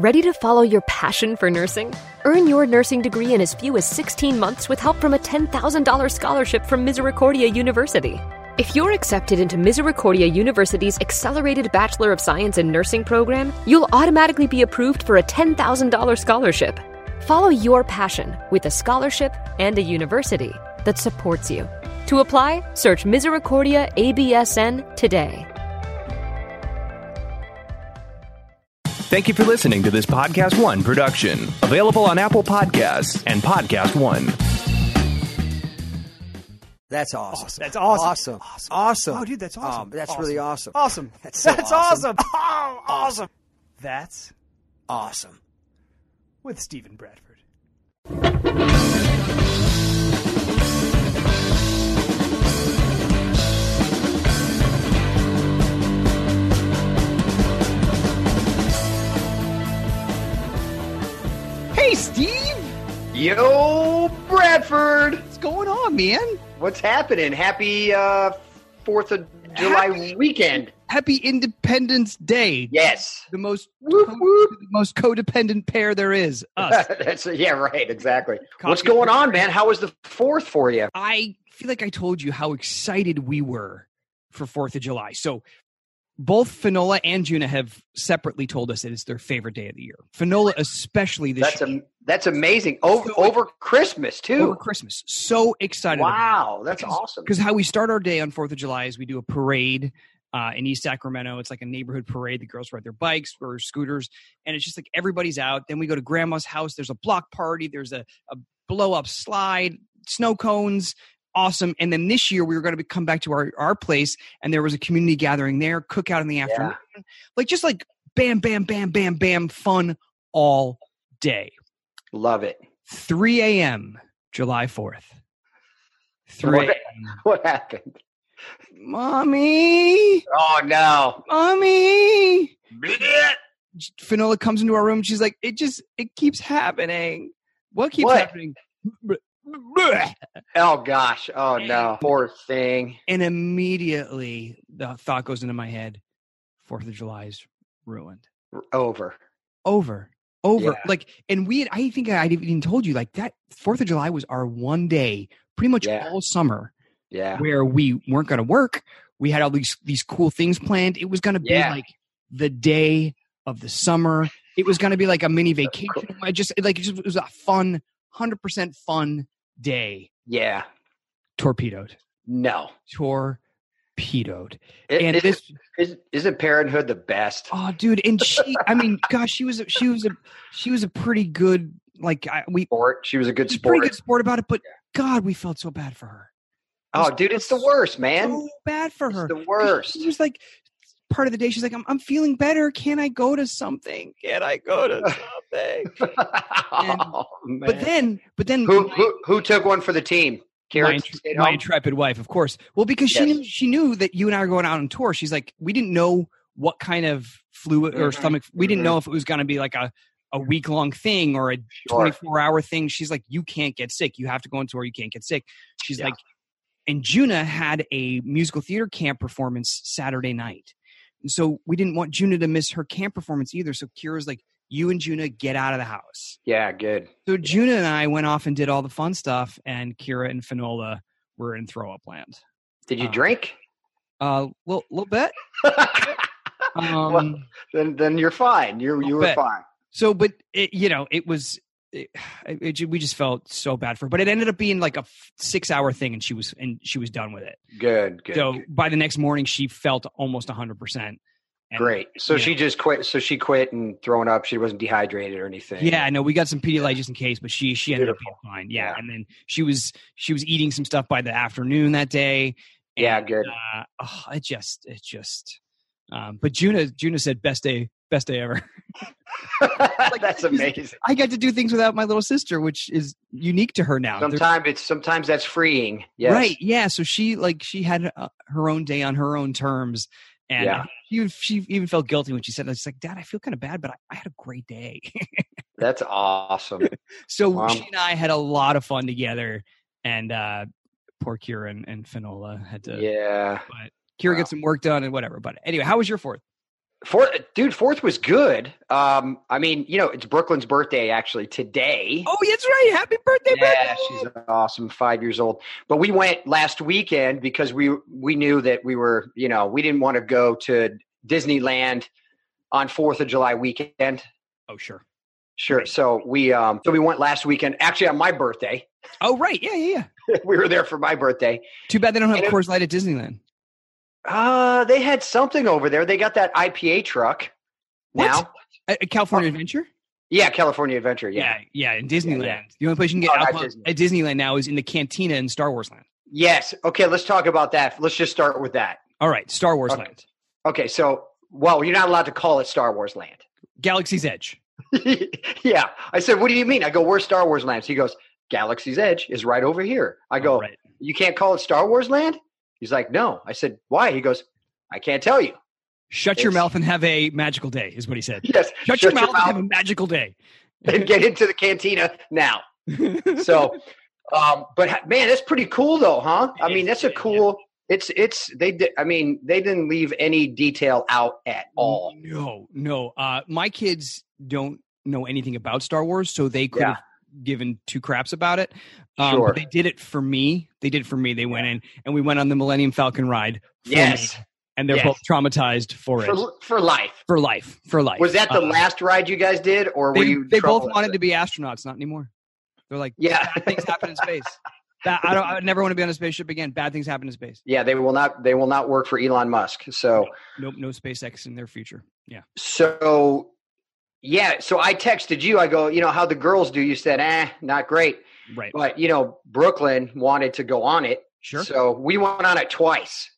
Ready to follow your passion for nursing? Earn your nursing degree in as few as 16 months with help from a $10,000 scholarship from Misericordia University. If you're accepted into Misericordia University's Accelerated Bachelor of Science in Nursing program, you'll automatically be approved for a $10,000 scholarship. Follow your passion with a scholarship and a university that supports you. To apply, search Misericordia ABSN today. Thank you for listening to this Podcast One production, available on Apple Podcasts and Podcast One. That's awesome. That's awesome. Awesome. Awesome. Awesome. Oh, dude, that's awesome. Um, that's really awesome. Awesome. That's so awesome. awesome. Oh, awesome. That's Awesome. with Stephen Bradford. Hey, Steve! Yo, Bradford! What's going on, man? What's happening? Happy uh, 4th of July Happy- weekend. Happy Independence Day. Yes. The most Whoop, whoop. the most codependent pair there is, us. That's, yeah, right, exactly. Copy. What's going on, man? How was the 4th for you? I feel like I told you how excited we were for 4th of July. So both Finola and Juna have separately told us it is their favorite day of the year. Finola especially this That's, year, am- that's amazing. Over, So- over Christmas, over too. Christmas. So excited. about it. Wow, that's awesome. because how we start our day on Fourth of July is we do a parade uh, in East Sacramento. It's like a neighborhood parade. The girls ride their bikes or scooters, and it's just like everybody's out. Then we go to Grandma's house. There's a block party. There's a, a blow up slide, snow cones. Awesome. And then this year we were going to come back to our, our place and there was a community gathering there, cookout in the afternoon. Like just like bam, bam, bam, bam, bam, fun all day. Love it. 3 a.m. July 4th. 3 What? a.m. What happened? Mommy, Oh, no. mommy. Blech. Finola comes into our room. She's like, it just, it keeps happening. What keeps What? happening? Bleh. Oh, gosh. Oh, no. Poor thing. And immediately the thought goes into my head Fourth of July is ruined. Over. Over, over. Yeah. Like, and we, had, I think I even told you, like, that Fourth of July was our one day pretty much Yeah. all summer Yeah. where we weren't going to work. We had all these these cool things planned. It was going to be Yeah. like the day of the summer. It was going to be like a mini course. vacation. I just like it, just, it was a fun, hundred percent fun day. Yeah. Torpedoed, No. torpedoed, It, and isn't- this isn't- isn't parenthood the best? oh dude, and she. I mean, gosh, she was a, she was a she was a pretty good like I, we sport. She was a good she's a pretty sport. good sport about it, but God, we felt so bad for her. Oh, dude, it's the worst, man. so bad for It's her. the 'Cause worst. She was like, part of the day, she's like, I'm, I'm feeling better. Can I go to something? Can I go to something? oh, man. but then, but then, who, my- who who took one for the team? my, Carrots intre- stayed my home? intrepid wife, of course. Well, because she Yes. knew, she knew that you and I were going out on tour. She's like, we didn't know what kind of fluid or Mhm. stomach. We didn't Mhm. know if it was going to be like a, a week long thing or a Sure. 24 hour thing. She's like, you can't get sick. You have to go on tour. You can't get sick. She's Yeah. like, and Juna had a musical theater camp performance Saturday night. And so we didn't want Juna to miss her camp performance either. So Kira's like, you and Juna get out of the house. Yeah, good. So Juna and I went off and did all the fun stuff, and Kira and Finola were in throw up land. Did you Uh, drink? A little, little bit. Um, Well- then then you're fine. You you were bet. fine. so, but it, you know, it was. It, it, ju- we just felt so bad for her, but it ended up being like a f- six-hour thing, and she was and she was done with it. Good, good. so good. by the next morning, she felt almost hundred percent. Great. So yeah. she just quit. So she quit and thrown up. She wasn't dehydrated or anything. Yeah, no, we got some Pedialyte just in case, but she she ended up being fine. Yeah. Yeah. and then she was she was eating some stuff by the afternoon that day. Yeah, and, good. Uh, oh, it just it just. Um, but Juna Juna said best day best day ever. uh, That's amazing. I got to do things without my little sister, which is unique to her now. There- Sometimes it's sometimes that's freeing. Yes. Right? Yeah. So she like she had uh, her own day on her own terms, and Yeah. she she even felt guilty when she said, "It's like Dad, I feel kind of bad, but I, I had a great day." That's awesome. So Wow. she and I had a lot of fun together, and uh, poor Kira and, and Finola had to. yeah. Kira Wow. get some work done and whatever. But anyway, how was your fourth? Fourth, dude, fourth was good. Um, I mean, you know, it's Brooklyn's birthday actually today. Oh, that's right. Happy birthday, yeah, Brooklyn. she's awesome. Five years old. But we went last weekend because we we knew that we were, you know, we didn't want to go to Disneyland on Fourth of July weekend. Oh, sure. Sure. So we um so we went last weekend, actually on my birthday. Oh, right. Yeah, yeah, yeah. we were there for my birthday. Too bad they don't have And it- Coors Light at Disneyland. Uh they had something over there. They got that IPA truck What? now. At, at California Adventure? Yeah, California Adventure. Yeah. yeah, yeah, in Disneyland. The only place you can Oh, get not alcohol Disney. at Disneyland now is in the cantina in Star Wars Land. Yes. Okay, let's talk about that. Let's just start with that. All right, Star Wars Okay. Land, Okay, so well, you're not allowed to call it Star Wars Land. Galaxy's Edge. yeah. I said, What do you mean? I go, Where's Star Wars Land? He goes, Galaxy's Edge is right over here. I go, All right. You can't call it Star Wars Land? He's like, No. I said, Why? He goes, I can't tell you. Shut your It's- mouth and have a magical day, is what he said. Yes. Shut, your, mouth, and have a magical day. and get into the cantina now. so, um, but ha- man, that's pretty cool though, huh? I It mean, is that's a good, yeah. cool. It's it's they. Di- I mean, they didn't leave any detail out at Mm-hmm. all. No, no. Uh, my kids don't know anything about Star Wars, so they could Yeah. have given two craps about it. Um, Sure. But they did it for me. They did it for me. They went in and we went on the Millennium Falcon ride. for Yes, me, and they're Yes. both traumatized for it for for life. for life. For life. Was that the Uh, last ride you guys did, or were They, you? they both troubled? wanted to be astronauts, not anymore. They're like, Yeah, bad things happen in space. That I don't. I would never want to be on a spaceship again. Bad things happen in space. yeah. They will not. They will not work for Elon Musk. So Nope. No SpaceX in their future. Yeah. so yeah. So I texted you. I go, you know how the girls do. You said, eh, not great. Right. But you know, Brooklyn wanted to go on it. Sure. So we went on it twice.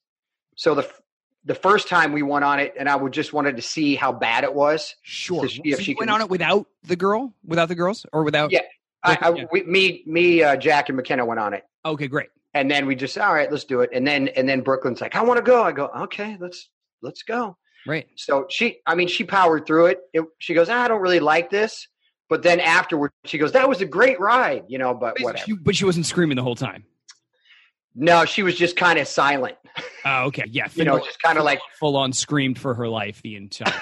So the f- the first time we went on it, and I would just wanted to see how bad it was. Sure. to So see you if she can- went on it without the girl, without the girls, or without. Yeah. I, I Yeah. we, me me uh, Jack and McKenna went on it, Okay. Great. and then we just all right, let's do it. And then and then Brooklyn's like, I want to go. I go, okay, let's let's go. Right. So she, I mean, she powered through it. it she goes, I don't really like this. But then afterward, she goes, that was a great ride, you know. But whatever. She- but she wasn't screaming the whole time. no, she was just kind of silent, Oh, okay. Yeah. you know, Findle- just kind of like full on screamed for her life the entire.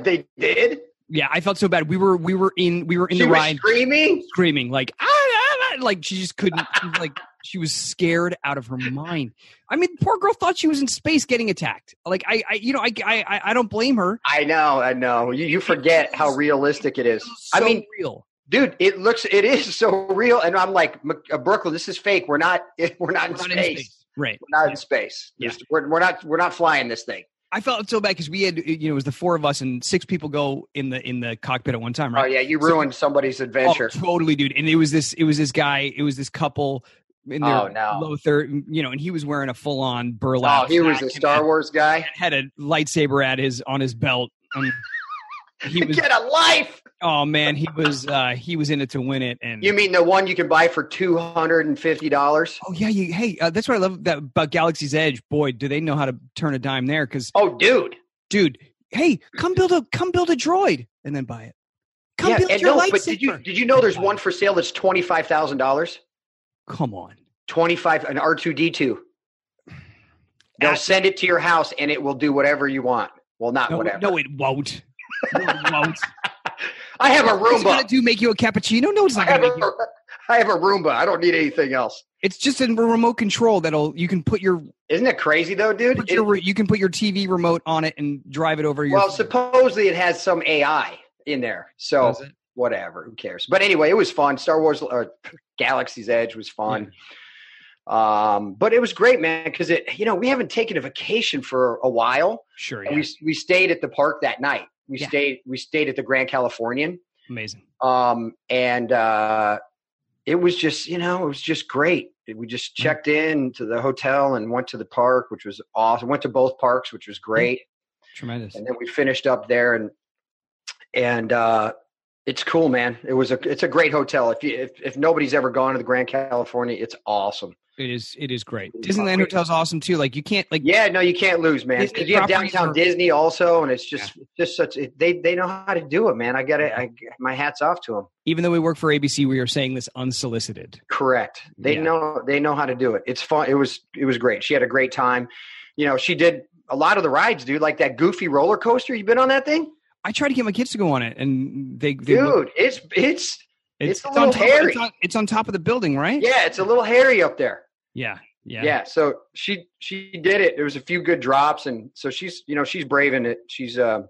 they did. yeah. I felt so bad. We were we were in we were in she the was ride screaming. screaming like ah, ah, ah," like she just couldn't she was like she was scared out of her mind. I mean, poor girl thought she was in space getting attacked. Like I, I you know, I I I- I don't blame her. I know, I know. You, you forget how realistic it is. It was I so mean, real. dude, it looks it is so real, and I'm like, "Mc- uh, Brooklyn, this is fake. We're not, we're not in Not in space. space. Right. We're not in space. Yeah. This- We're, we're not, we're not flying this thing. I felt so bad because we had, you know, it was the four of us and six people go in the in the cockpit at one time, Oh right? Oh, yeah, you So- ruined somebody's adventure. totally, dude. And it was this, it was this guy, it was this couple in their Oh, no. low third, you know, and he was wearing a full on burlap. Oh, he was sack a and Star Wars guy. Had, had a lightsaber at his on his belt. Um, he was, Get a life. oh man, he was, uh he was in it to win it. And You mean the one you can buy for two hundred and fifty dollars? oh yeah, you, hey, uh, that's what I love that about Galaxy's Edge. Boy, do they know how to turn a dime there? Because Oh, dude. dude, hey, come build a come build a droid and then buy it. Come build and your no, lightsaber. but did you did you know there's one for sale that's twenty five thousand dollars? Come on. 25 an r2d2 they'll That's- send it to your house and it will do whatever you want well not No, Uh, whatever no, it won't. No, it won't. i have a It's roomba gonna do make you a cappuccino. No, it's I not have gonna make you. a, I have a roomba i don't need anything else It's just a remote control that'll you can put your isn't it crazy though dude put It- your re- you can put your TV remote on it and drive it over your. well supposedly it has some ai in there so Does it? whatever who cares but anyway it was fun star wars uh, galaxy's edge was fun um but it was great man because it you know we haven't taken a vacation for a while sure, And yeah, we we stayed at the park that night. We Yeah. stayed we stayed at the Grand Californian, amazing. um, and uh, it was just you know it was just great. We just checked in to the hotel and went to the park, which was awesome. Went to both parks, which was great, Tremendous. and then we finished up there and and uh, it's cool, man. It was a it's a great hotel. If you if, if nobody's ever gone to the Grand California, it's awesome. It is. It is great. It's Disneyland great. Hotel's awesome too. Like you can't like Yeah, no, you can't lose, man. Disney Because you have properties downtown are- Disney also, and it's just just such it, they they know how to do it, man. I got I my hats off to them. even though we work for ABC, we are saying this unsolicited. Correct. They Yeah. know they know how to do it. It's fun. It was it was great. She had a great time. You know, she did a lot of the rides, dude. Like that goofy roller coaster. You been on that thing, I tried to get my kids to go on it, and they, they dude? look- it's it's it's a on little top, of- hairy. it's, on, it's on top of the building, right? yeah, it's a little hairy up there. yeah, yeah. Yeah. So she she did it. There was a few good drops, and so she's you know she's braving it. She's uh,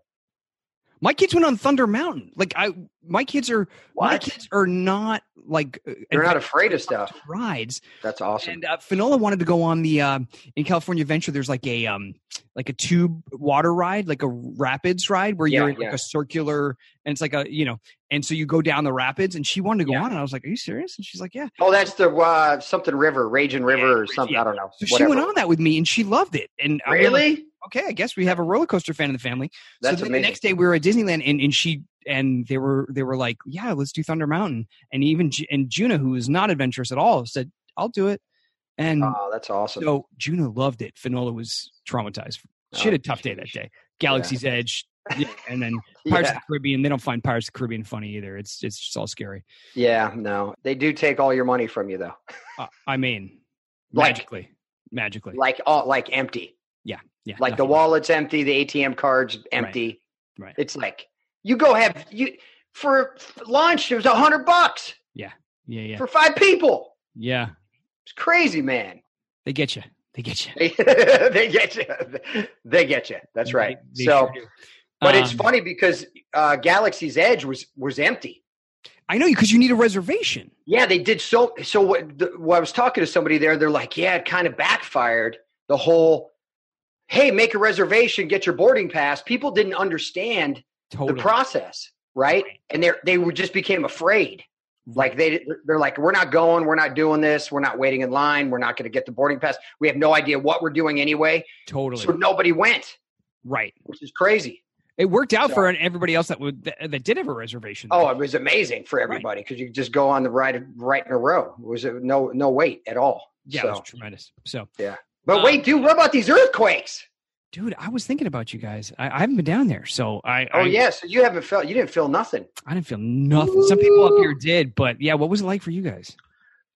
My kids went on Thunder Mountain. Like I, my kids are my What? kids are not like uh, they're not afraid of stuff. rides. That's awesome. And uh, Finola wanted to go on the um in California Adventure. There's like a um like a tube water ride, like a rapids ride, where you're Yeah, in like yeah. a circular, and it's like a you know, and so you go down the rapids. And she wanted to go Yeah. on, and I was like, "Are you serious?" And she's like, "Yeah." oh, that's the uh, something river, raging river or something. yeah. I don't know. So Whatever. she went on that with me, and she loved it. And I was like, Really? okay, I guess we have a roller coaster fan in the family. That's so then the amazing. next day we were at Disneyland and, and she and they were they were like, yeah, let's do Thunder Mountain. And even Ju- and Juno, who is not adventurous at all, said, I'll do it. And Oh, that's awesome. Oh, so Juno loved it. Finola was traumatized. She had a tough day that day. Galaxy's Edge, yeah, and then Pirates yeah. of the Caribbean. They don't find Pirates of the Caribbean funny either. It's it's just all scary. yeah, no, they do take all your money from you though, Uh, I mean, Like- magically, magically, like all like empty, yeah, like the nothing. wallet's empty, the ATM card's empty. Right. It's like you go have you for lunch. It was a hundred bucks Yeah, yeah, for five people. yeah. It's crazy, man. They get you. They get you. they get you. They get you. That's right. They- they so, sure do. but it's Um, funny because uh, Galaxy's Edge was was empty. I know you because you need a reservation. Yeah, they did so. So what? The, well, I was talking to somebody there. They're like, yeah, it kind of backfired. The whole, hey, make a reservation, get your boarding pass. People didn't understand Totally. the process, right? And they they were, just became afraid. Mm-hmm. Like they they're like, we're not going, we're not doing this, we're not waiting in line, we're not going to get the boarding pass. We have no idea what we're doing anyway. totally. So nobody went, right. which is crazy. It worked out So- for everybody else that would that, that did have a reservation. Oh, it was amazing for everybody because you could just go on the right right in a row. It was uh, no no wait at all. yeah, So- it was tremendous. So, but um, wait, dude, what about these earthquakes? dude, I was thinking about you guys. I, I haven't been down there, so I Oh I, yeah, so you haven't felt you didn't feel nothing. I didn't feel nothing. Some people up here did, but yeah, what was it like for you guys?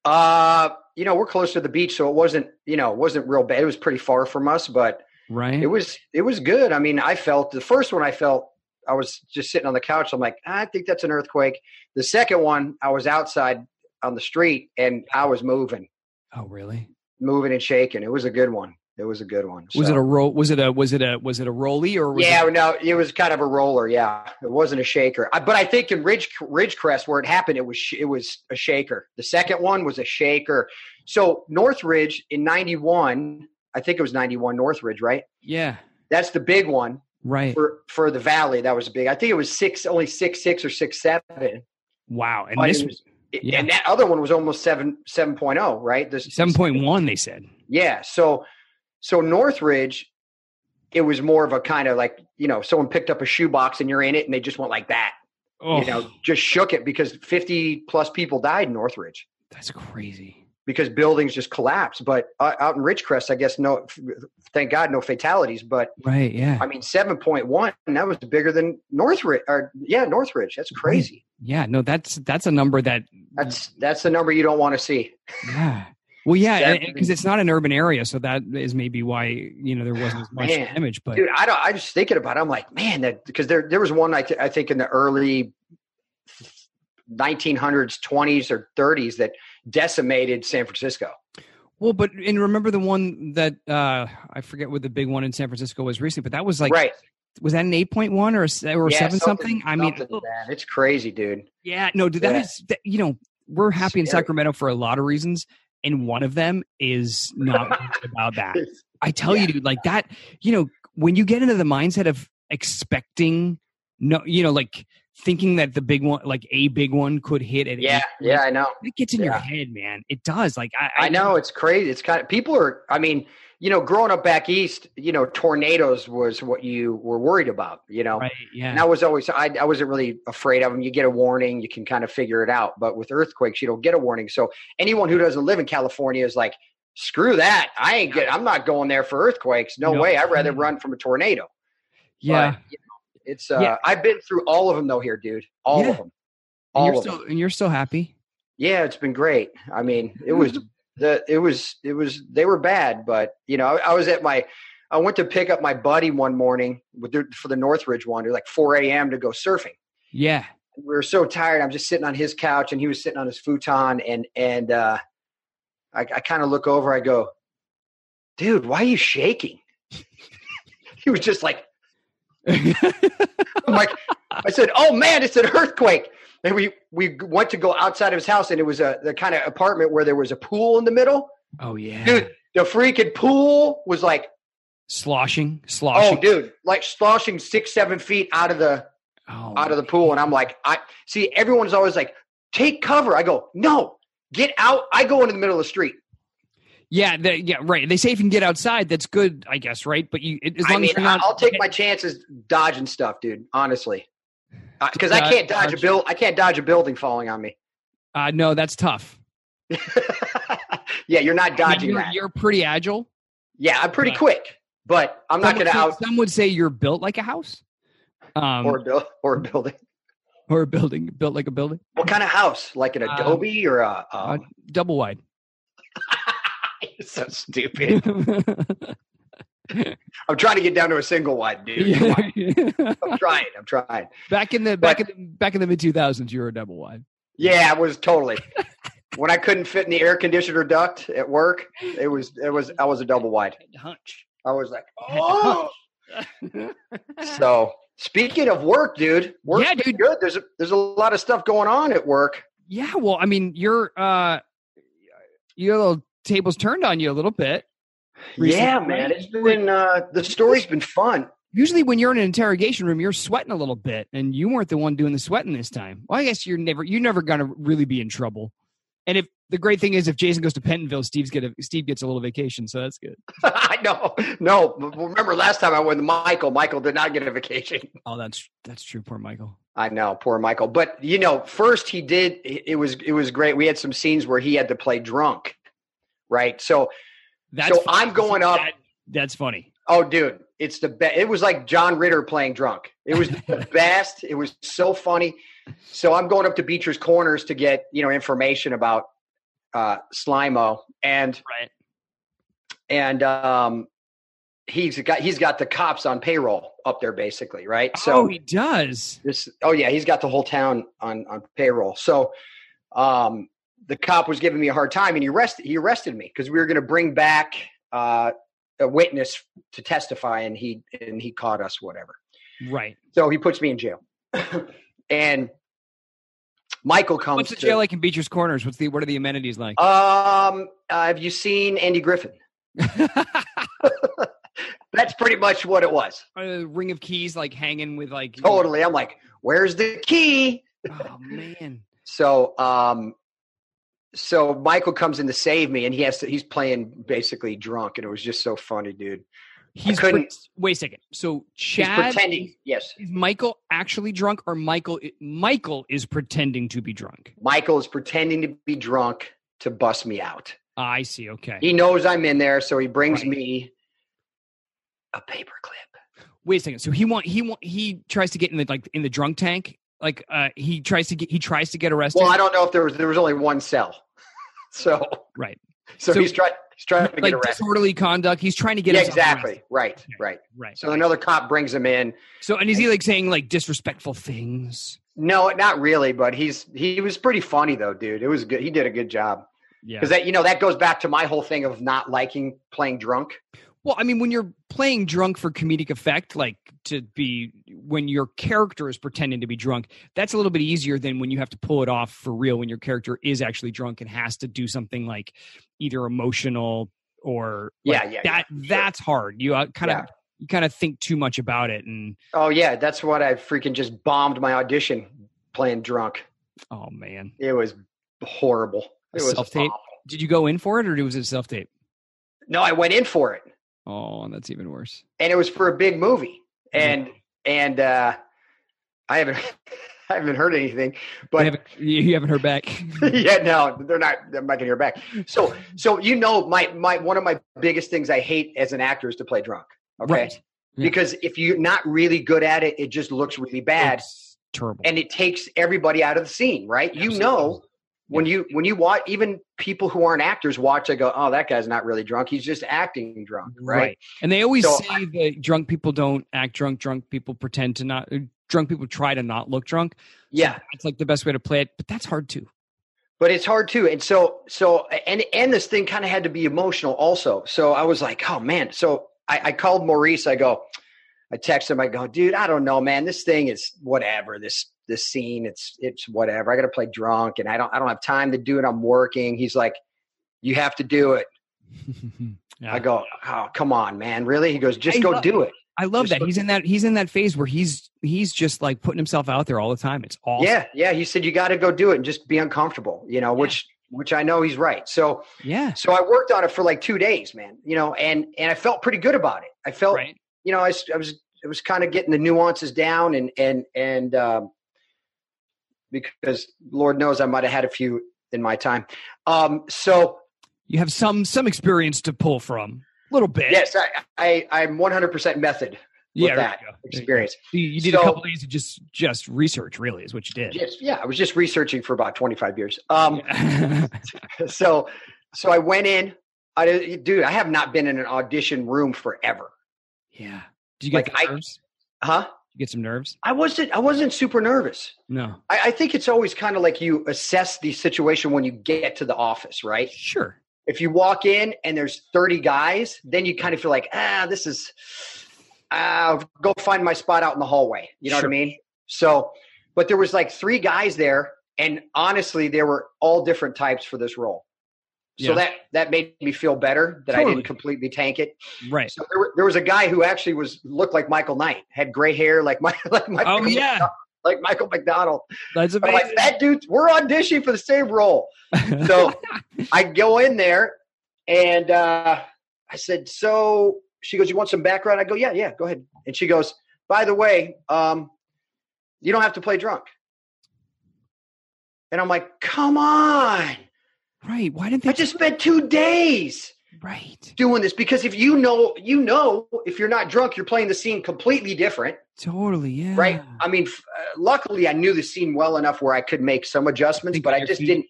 Uh, you know, we're close to the beach, so it wasn't you know it wasn't real bad. It was pretty far from us, but Right? it was it was good. I mean, I felt the first one. I felt I was just sitting on the couch. I'm like, I think that's an earthquake. The second one, I was outside on the street and I was moving, oh, really? moving and shaking. It was a good one. It was a good one. Was So- it a roll? Was it a was it a was it a rolly or was yeah, It, no, it was kind of a roller. Yeah, it wasn't a shaker. I, but I think in Ridge Ridgecrest where it happened, it was sh- it was a shaker. The second one was a shaker. So Northridge in '91, I think it was '91 Northridge, right? yeah. That's the big one Right. for for the valley. That was big. I think it was six, only six six or six seven. Wow. And But this it was, it- yeah. and that other one was almost seven seven point oh, right? This seven point one, they said. yeah. So so Northridge, it was more of a kind of like, you know, someone picked up a shoebox and you're in it and they just went like that. Oh, You know, just shook it because 50 plus people died in Northridge that's crazy. because buildings just collapsed. But uh, out in Ridgecrest, I guess no thank God no fatalities, but Right? Yeah. I mean 7.1 and that was bigger than Northridge or yeah, Northridge. That's crazy. yeah. No, that's that's a number that That's that's the number you don't want to see. Yeah. Well, yeah, That- because it's not an urban area, so that is maybe why you know there wasn't as much Oh, Man. damage. But dude i don't i just thinking about it i'm like man that because there there was one I, th- I think in the early 1900s 20s or 30s that decimated san francisco well, but and remember the one that uh I forget what the big one in San Francisco was recently, but that was like right was that an eight point one or a, se- or Yeah, seven something? I mean, oh, something, man. it's crazy dude yeah, no, dude, that Yeah. is that, you know we're happy in Scary. Sacramento for a lot of reasons, and one of them is not about that. I tell you, Yeah. dude, like that, you know, when you get into the mindset of expecting, no, you know, like thinking that the big one, like a big one could hit at yeah 8, yeah i know It gets in your Yeah. head, man. It does. Like I, i know it's crazy it's kind of people are i mean you know growing up back east you know tornadoes was what you were worried about you know Right? Yeah. And I was always, I, I wasn't really afraid of them. You get a warning, you can kind of figure it out. But with earthquakes, you don't get a warning. So anyone who doesn't live in California is like, screw that. I ain't get, I'm not going there for earthquakes. No, No way. I'd rather kidding. run from a tornado. yeah. But, you know, it's, uh, Yeah. I've been through all of them though here, dude. All Yeah. of them. and All you're of still them. and you're still happy. Yeah. It's been great. I Mm-hmm. mean, it was, the, it was, it was, they were bad, but you know, I, I was at my, I I went to pick up my buddy one morning with the, for the Northridge one. It was like 4 a.m. to go surfing. Yeah. We were so tired. I'm just sitting on his couch and he was sitting on his futon. And and uh, I, I kind of look over. I go, dude, why are you shaking? he was just like, I'm like, I said, oh man, it's an earthquake. And we we went to go outside of his house, and it was a the kind of apartment where there was a pool in the middle. oh yeah. Dude, the freaking pool was like, Sloshing, sloshing. oh dude, like sloshing six seven feet out of the Oh, out of the pool, and I'm like, I see everyone's always like, take cover. I go, no, get out. I go into the middle of the street. Yeah, they, yeah, right. They say if you can get outside, that's good, I guess, right? But you, it- as long I mean, as you're not, I'll take my chances dodging stuff, dude. Honestly, because I Dodge- can't dodge, a dodge. bill. I can't dodge a building falling on me. uh, no, that's tough. yeah, you're not I mean, dodging you're, that. you're pretty agile. yeah, I'm pretty Right. quick, but I'm not Some would going to say- out Some would say you're built like a house, um, or a or, build or a building. a building, built like a building, What kind of house? Like an Um, adobe or a? uh, Um, double wide. so stupid. I'm trying to get down to a single wide, dude. Come on. I'm trying. I'm trying. back in the back in the, back in the mid two thousands, you were a double wide. Yeah, it was totally. when I couldn't fit in the air conditioner duct at work, it was it was I was a double wide. Hunch. I was like, oh. so speaking of work, dude, work's Yeah, been dude. good. There's a, there's a lot of stuff going on at work. Yeah, well, I mean, your uh, your little tables turned on you a little bit. recently, yeah, right? man, it's been uh, the story's been fun. Usually, when you're in an interrogation room, you're sweating a little bit, and you weren't the one doing the sweating this time. Well, I guess you're never you're never gonna really be in trouble. And if the great thing is, if Jason goes to Pentonville, Steve's get a, Steve gets a little vacation, so that's good. I know. No, remember last time I went to Michael. Michael did not get a vacation. Oh, that's that's true. Poor Michael. I know, poor Michael. But you know, first he did. It was it was great. We had some scenes where he had to play drunk, right? So That's so I'm going up. That- that's funny. Oh, dude, it's the best. It was like John Ritter playing drunk. It was the best. It was so funny. So I'm going up to Beecher's Corners to get you know information about uh, Slimo, and Right. and um, he's got he's got the cops on payroll up there basically, right? So oh, he does. this oh yeah he's got the whole town on on payroll so um the cop was giving me a hard time and he arrested he arrested me because we were going to bring back uh a witness to testify and he and he caught us whatever Right. so he puts me in jail and michael comes What's the to- jail like in Beecher's Corners? What's the what are the amenities like? um uh, have you seen andy griffin that's pretty much what it was a ring of keys like hanging with like totally i'm like where's the key oh man So, um, so Michael comes in to save me, and he has to. He's playing basically drunk, and it was just so funny, dude. he's couldn't- pre- wait a second so He's chad pretending. Yes, is michael actually drunk or michael michael is pretending to be drunk Michael is pretending to be drunk to bust me out. Ah, i see okay He knows I'm in there, so he brings Right. me a paperclip. wait a second so he want he want he tries to get in the like in the drunk tank like uh he tries to get he tries to get arrested Well, I don't know if there was there was only one cell, so Right. So, So- he's trying he's trying to like get arrested. disorderly conduct he's trying to get yeah, himself exactly. arrested. Right, right. right So another cop brings him in. so and is he like saying like disrespectful things No, not really, but he's he was pretty funny though, dude. It was good. He did a good job. yeah because that you know that goes back to my whole thing of not liking playing drunk Well, I mean, when you're playing drunk for comedic effect, like to be when your character is pretending to be drunk, that's a little bit easier than when you have to pull it off for real when your character is actually drunk and has to do something like either emotional or like, Yeah, yeah, that yeah, sure. that's hard. You uh, kind of Yeah. you kind of think too much about it, and oh yeah that's what i freaking just bombed my audition playing drunk oh man, it was horrible it was Self-tape? awful. did you go in for it or was it self tape? no i went in for it Oh, that's even worse. and it was for a big movie Mm-hmm. and and uh i haven't i haven't heard anything But but haven't, you you haven't heard back. yeah, no, they're not. I'm not gonna hear back. So, so you know, my my one of my biggest things I hate as an actor is to play drunk. Okay, Right. Yeah. because if you're not really good at it, it just looks really bad. It's terrible. and it takes everybody out of the scene, right? You know, When you when you watch, even people who aren't actors watch. I go, oh, that guy's not really drunk. He's just acting drunk, right? And they always So say that drunk people don't act drunk. Drunk people pretend to not. uh, Drunk people try to not look drunk. Yeah, It's like the best way to play it, but that's hard too. but it's hard too. And so so and and this thing kind of had to be emotional also. So I was like, oh man. So I, I called Maurice. I go, I text him. I go, dude, I don't know, man. This thing is whatever. This this scene, it's it's whatever. I got to play drunk, and I don't I don't have time to do it. I'm working. He's like, you have to do it. Yeah. I go, oh come on, man, really? He goes, just I go love- do it. I love Just that look- he's in that he's in that phase where he's he's just like putting himself out there all the time. It's awesome. Yeah, yeah. He said you got to go do it and just be uncomfortable. You know, which which I know he's right. So yeah, so I worked on it for like two days, man. You know, and and I felt pretty good about it. I felt right. you know, I, s- I was I was kind of getting the nuances down, and and and um, because Lord knows I might have had a few in my time. Um, so You have some some experience to pull from, a little bit. yes, I, I I'm 100 percent method with yeah. that there you go. There you go. experience. You, you did a So- couple days of just just research. Really, is what you did. Yes, yeah, I was just researching for about 25 years. Um, Yeah. so so I went in. I did- dude, I have not been in an audition room forever, yeah. Do you get Like, I- the nerves? huh? you get some nerves? I wasn't I wasn't super nervous. No. I, I think it's always kind of like you assess the situation when you get to the office, right? Sure. If you walk in and there's 30 guys, then you kind of feel like, ah, this is, uh, go find my spot out in the hallway. You know Sure. what I mean? So, but there was like three guys there, and honestly, they were all different types for this role. So Yeah. that that made me feel better that I Totally. didn't completely tank it. Right. So there, were- there was a guy who actually was looked like Michael Knight, had gray hair like my like Michael Oh yeah, like Michael McDonald. that's I'm amazing. like, that dude, we're auditioning for the same role. So I go in there and uh, I said, So she goes, You want some background? I go, Yeah, yeah, go ahead. And she goes, By the way, um, you don't have to play drunk. And I'm like, Come on. right? Why didn't they? I just spent two days right. doing this because if you know, you know, if you're not drunk, you're playing the scene completely different Totally. Yeah. right? I mean, f- uh, luckily I knew the scene well enough where I could make some adjustments, Think but on I your just feet. didn't.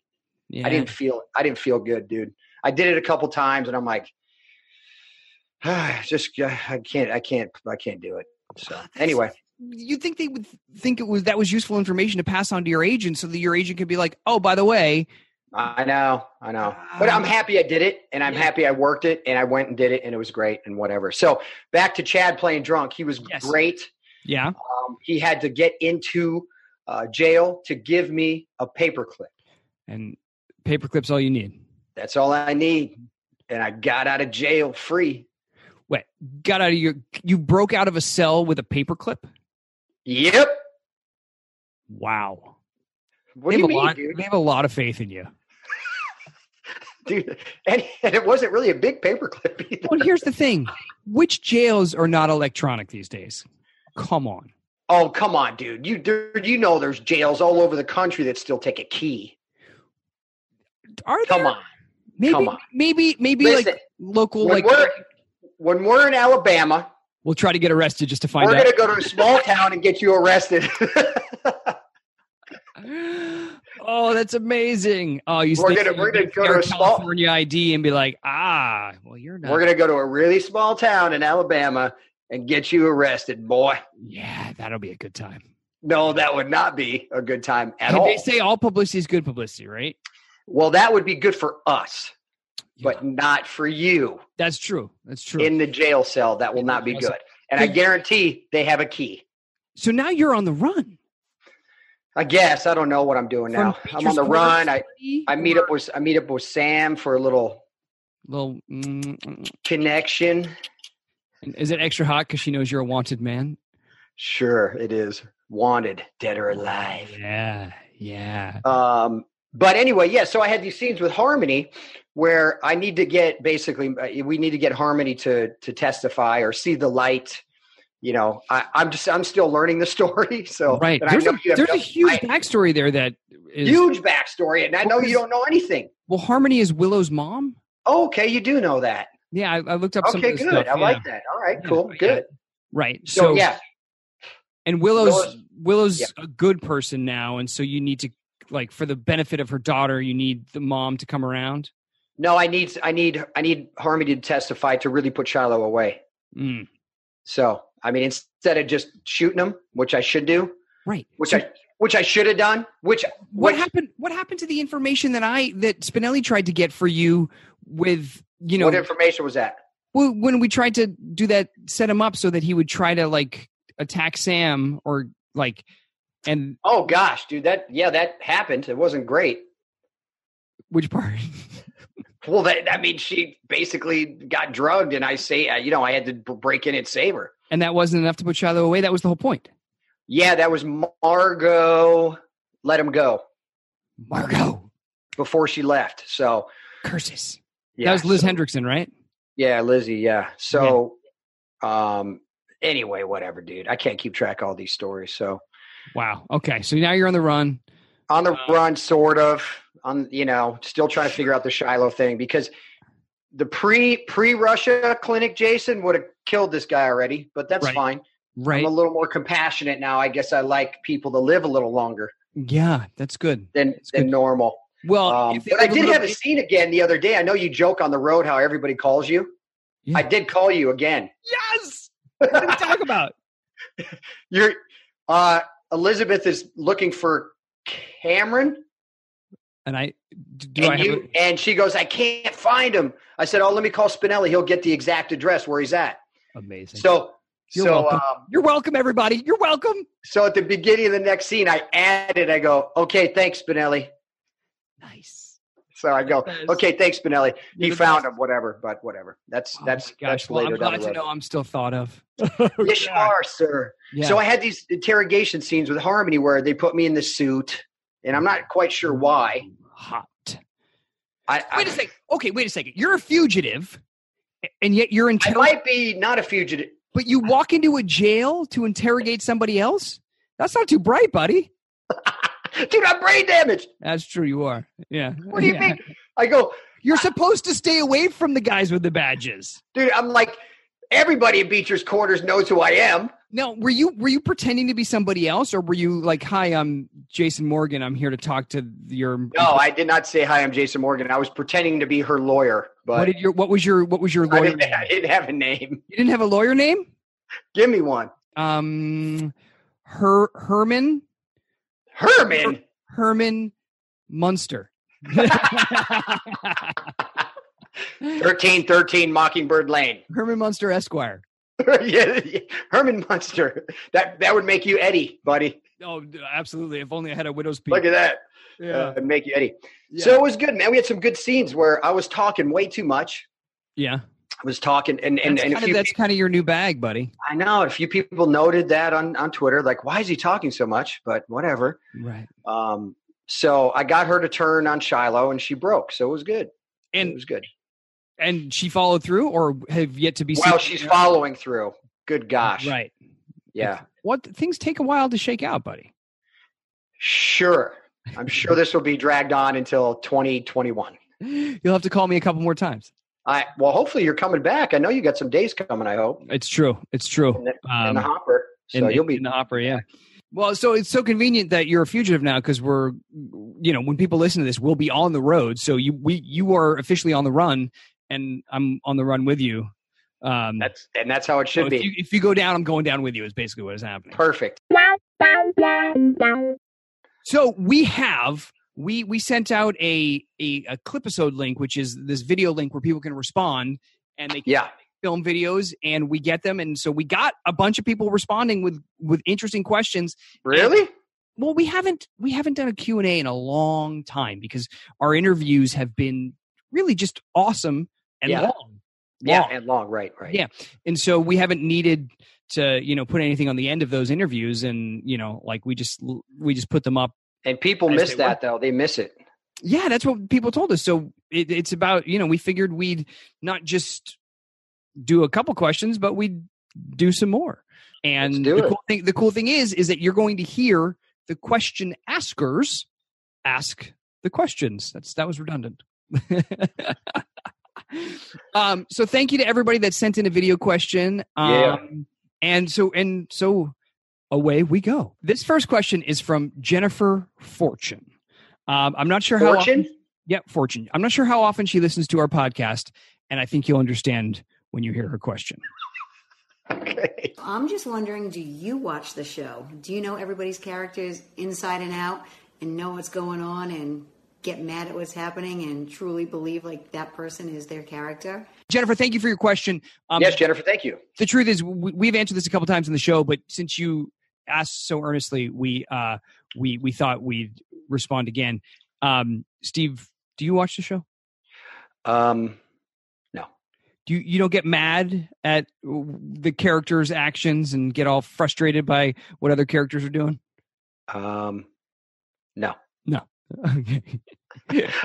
Yeah. I didn't feel. I didn't feel good, dude. I did it a couple times, and I'm like, just uh, I can't. I can't. I can't do it. Ah, So anyway, You think they would think it was that was useful information to pass on to your agent, so that your agent could be like, "Oh, by the way, I know. I know. But I'm happy I did it, and I'm Ah. Yeah. happy I worked it, and I went and did it, and it was great, and whatever. So back to Chad playing drunk. He was Yes. great. yeah, Um, he had to get into uh, jail to give me a paperclip. and paperclips all you need." That's all I need. And I got out of jail free. Wait, got out of your you broke out of a cell with a paperclip? Yep. Wow. What they do have you a mean, lot, dude? They have a lot of faith in you. dude? And, and it wasn't really a big paperclip either. Well, here's the thing: which jails are not electronic these days? Come on. Oh, come on, dude. You dude, you know there's jails all over the country that still take a key. Are Come there? on. Maybe, come on. maybe, maybe Listen, like local, When like we're when we're in Alabama, we'll try to get arrested just to find we're out. gonna go to a small town and get you arrested. oh, that's amazing! Oh, you We're think gonna- you we're gonna get go to their a small- California ID and be like, ah, well, you're not. we're gonna go to a really small town in Alabama and get you arrested, boy. yeah, that'll be a good time. No, that would not be a good time at And all. They say all publicity is good publicity, right? Well, that would be good for us, Yeah. but not for you that's true. That's true. in the jail cell. That will In not the be jail good. And I guarantee they have a key. so now you're on the run. I guess I don't know what I'm doing From now. I'm on Peter's the run. I, University I meet or- up with I meet up with Sam for a little Little, mm, mm, connection. mm. is it extra hot because she knows you're a wanted man? Sure, it is wanted, dead or alive. Yeah, yeah. Um, but anyway, yeah. So I had these scenes with Harmony where I need to get basically uh, we need to get Harmony to to testify or see the light. You know, I, I'm just I'm still learning the story. So right. and I There's, know a, you have there's no- a huge I- backstory there that is huge backstory, and I know What you was- don't know anything. Well, Harmony is Willow's mom. Okay, you do know that. Yeah, I, I looked up some. Okay, of good. this stuff, I yeah. like that. All right, Yeah, cool, yeah. good. Right. So, yeah, and Willow's Willow's- Willow's yeah. a good person now, and so you need to like for the benefit of her daughter, you need the mom to come around. No, I need I need I need Harmony to testify to really put Shiloh away. Mm. So I mean, instead of just shooting him, which I should do, Right. which So I which I should have done, which what which- happened? What happened to the information that I that Spinelli tried to get for you with you know what information was that? Well, when we tried to do that, set him up so that he would try to like attack Sam or like, and Oh gosh, dude, that yeah, that happened. It wasn't great. which part? Well, that I mean, she basically got drugged, and I say, uh, you know, I had to b- break in and save her. and that wasn't enough to put Shiloh away. That was the whole point. Yeah, that was Margot. Let him go Margot before she left. So curses. yeah, that was Liz so- Hendrickson, right? Yeah, Lizzie. Yeah. So, um, anyway, whatever, dude. I can't keep track of all these stories. So Wow. Okay. So now you're on the run. on the run, sort of. On you know, still trying to figure out the Shiloh thing because the pre pre Russia clinic Jason would have killed this guy already, but that's Right. fine. Right. I'm a little more compassionate now. I guess I like people to live a little longer yeah, that's good. than It's than good. normal. Well, Um, if they but I live a did little- have a scene again the other day. I know you joke on the road how everybody calls you. Yeah. I did call you again. yes. What do we talk about? You're uh Elizabeth is looking for Cameron And I do. I and have you and she goes, I can't find him. I said, Oh, let me call Spinelli. He'll get the exact address where he's at. a- amazing. So You're so welcome. um, you're welcome, everybody. You're welcome. so at the beginning of the next scene I added, I go, Okay, thanks, Spinelli. Nice. So I go, Yes. Okay, thanks, Spinelli. You're He the found best. him, whatever, but whatever. That's Oh that's my gosh. that's Well, later I'm down glad the to road. know I'm still thought of. Yes, you are, sir. Yeah. So I had these interrogation scenes with Harmony where they put me in the suit, and I'm not quite sure why. hot. I, I, Wait a second. Okay, wait a second. You're a fugitive, and yet you're I intelligent. might be not a fugitive. But you walk into a jail to interrogate somebody else. That's not too bright, buddy. Dude, I'm brain damaged. That's true. You are. Yeah. What do you Yeah. mean? I go, You're supposed to stay away from the guys with the badges. dude, I'm like, everybody at Beecher's Corners knows who I am. Now, were you were you pretending to be somebody else, or were you like, "Hi, I'm Jason Morgan. I'm here to talk to your." No, I did not say, hi, I'm Jason Morgan. I was pretending to be her lawyer, What but did your What was your What was your I, lawyer? didn't, name? I didn't have a name. You didn't have a lawyer name. Give me one. Um, Her Herman. Herman. Herman Munster. 1313 Mockingbird Lane. Herman Munster Esquire. yeah, yeah. Herman Munster. That, that would make you Eddie, buddy. Oh, d- absolutely. If only I had a widow's peak. Look at that. yeah. Uh, make you Eddie. yeah. So it was good, man. We had some good scenes where I was talking way too much. yeah. I was talking, and and, that's, and a kind of, few that's kind of your new bag, buddy. I know a few people noted that on, on Twitter, like, why is he talking so much? But whatever. Right. Um, so I got her to turn on Shiloh and she broke. So it was good. it And was good. and she followed through or have yet to be Well, seen? she's following through. Good gosh. Right. Yeah. What things take a while to shake out, buddy. Sure. I'm sure this will be dragged on until 2021. You'll have to call me a couple more times. I well, hopefully you're coming back. I know you got some days coming, I hope. It's true. It's true. In the, in Um, the hopper. So in, you'll be in the hopper, yeah. Well, so it's so convenient that you're a fugitive now because we're, you know, when people listen to this, we'll be on the road. So you we you are officially on the run, and I'm on the run with you. Um, that's and that's how it so should if be. You, if you go down, I'm going down with you. Is basically what is happening. Perfect. So we have we we sent out a a, a clipisode link, which is this video link where people can respond and they can Yeah. film videos and we get them and so we got a bunch of people responding with with interesting questions Really? well we haven't we haven't done a q&a in a long time because our interviews have been really just awesome and Yeah. long Yeah, Long. and long, right, right. Yeah. and so we haven't needed to you know put anything on the end of those interviews and you know like we just we just put them up And people As miss they that though. They miss it. yeah that's what people told us so it, it's about you know we figured we'd not just do a couple questions but we'd do some more and do the it. cool, thing, the cool thing is is that you're going to hear the question askers ask the questions that's that was redundant um so thank you to everybody that sent in a video question um Yeah. and so and so away we go this first question is from jennifer fortune Um, I'm not sure how often- Fortune. yeah, Fortune. I'm not sure how often she listens to our podcast, and I think you'll understand when you hear her question. Okay. I'm just wondering do you watch the show? Do you know everybody's characters inside and out and know what's going on and get mad at what's happening and truly believe like that person is their character? Jennifer, thank you for your question. Um, yes, Jennifer. Thank you. the truth is we, we've answered this a couple times in the show but since you asked so earnestly we uh we we thought we'd respond again um steve do you watch the show Um, do you, you don't get mad at w- the characters actions and get all frustrated by what other characters are doing um, no. okay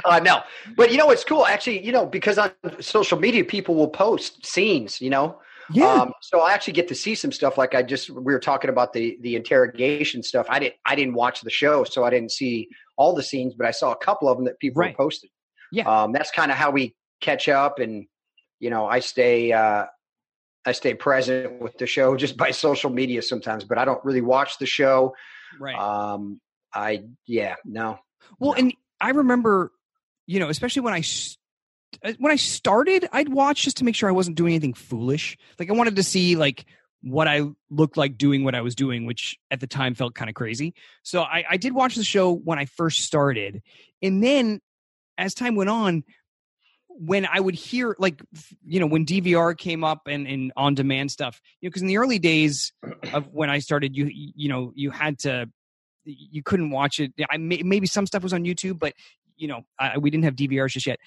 Uh, no, but you know it's cool actually. You know because on social media people will post scenes. You know, Um, so I actually get to see some stuff. Like I just we were talking about the the interrogation stuff. I didn't I didn't watch the show, so I didn't see all the scenes, but I saw a couple of them that people Right. were posted. Yeah. um, that's kind of how we catch up, and you know I stay uh, I stay present with the show just by social media sometimes, but I don't really watch the show. right Um, I yeah no Well, and I remember, you know, especially when I s- uh, when I started, I'd watch just to make sure I wasn't doing anything foolish. Like I wanted to see like what I looked like doing what I was doing, which at the time felt kind of crazy. So I, I did watch the show when I first started, and then as time went on. When I would hear, like, you know, when DVR came up and, and on demand stuff, you know, because in the early days of when I started, you, you know, you had to you couldn't watch it. I may, maybe some stuff was on YouTube, but you know I, we didn't have DVRs just yet.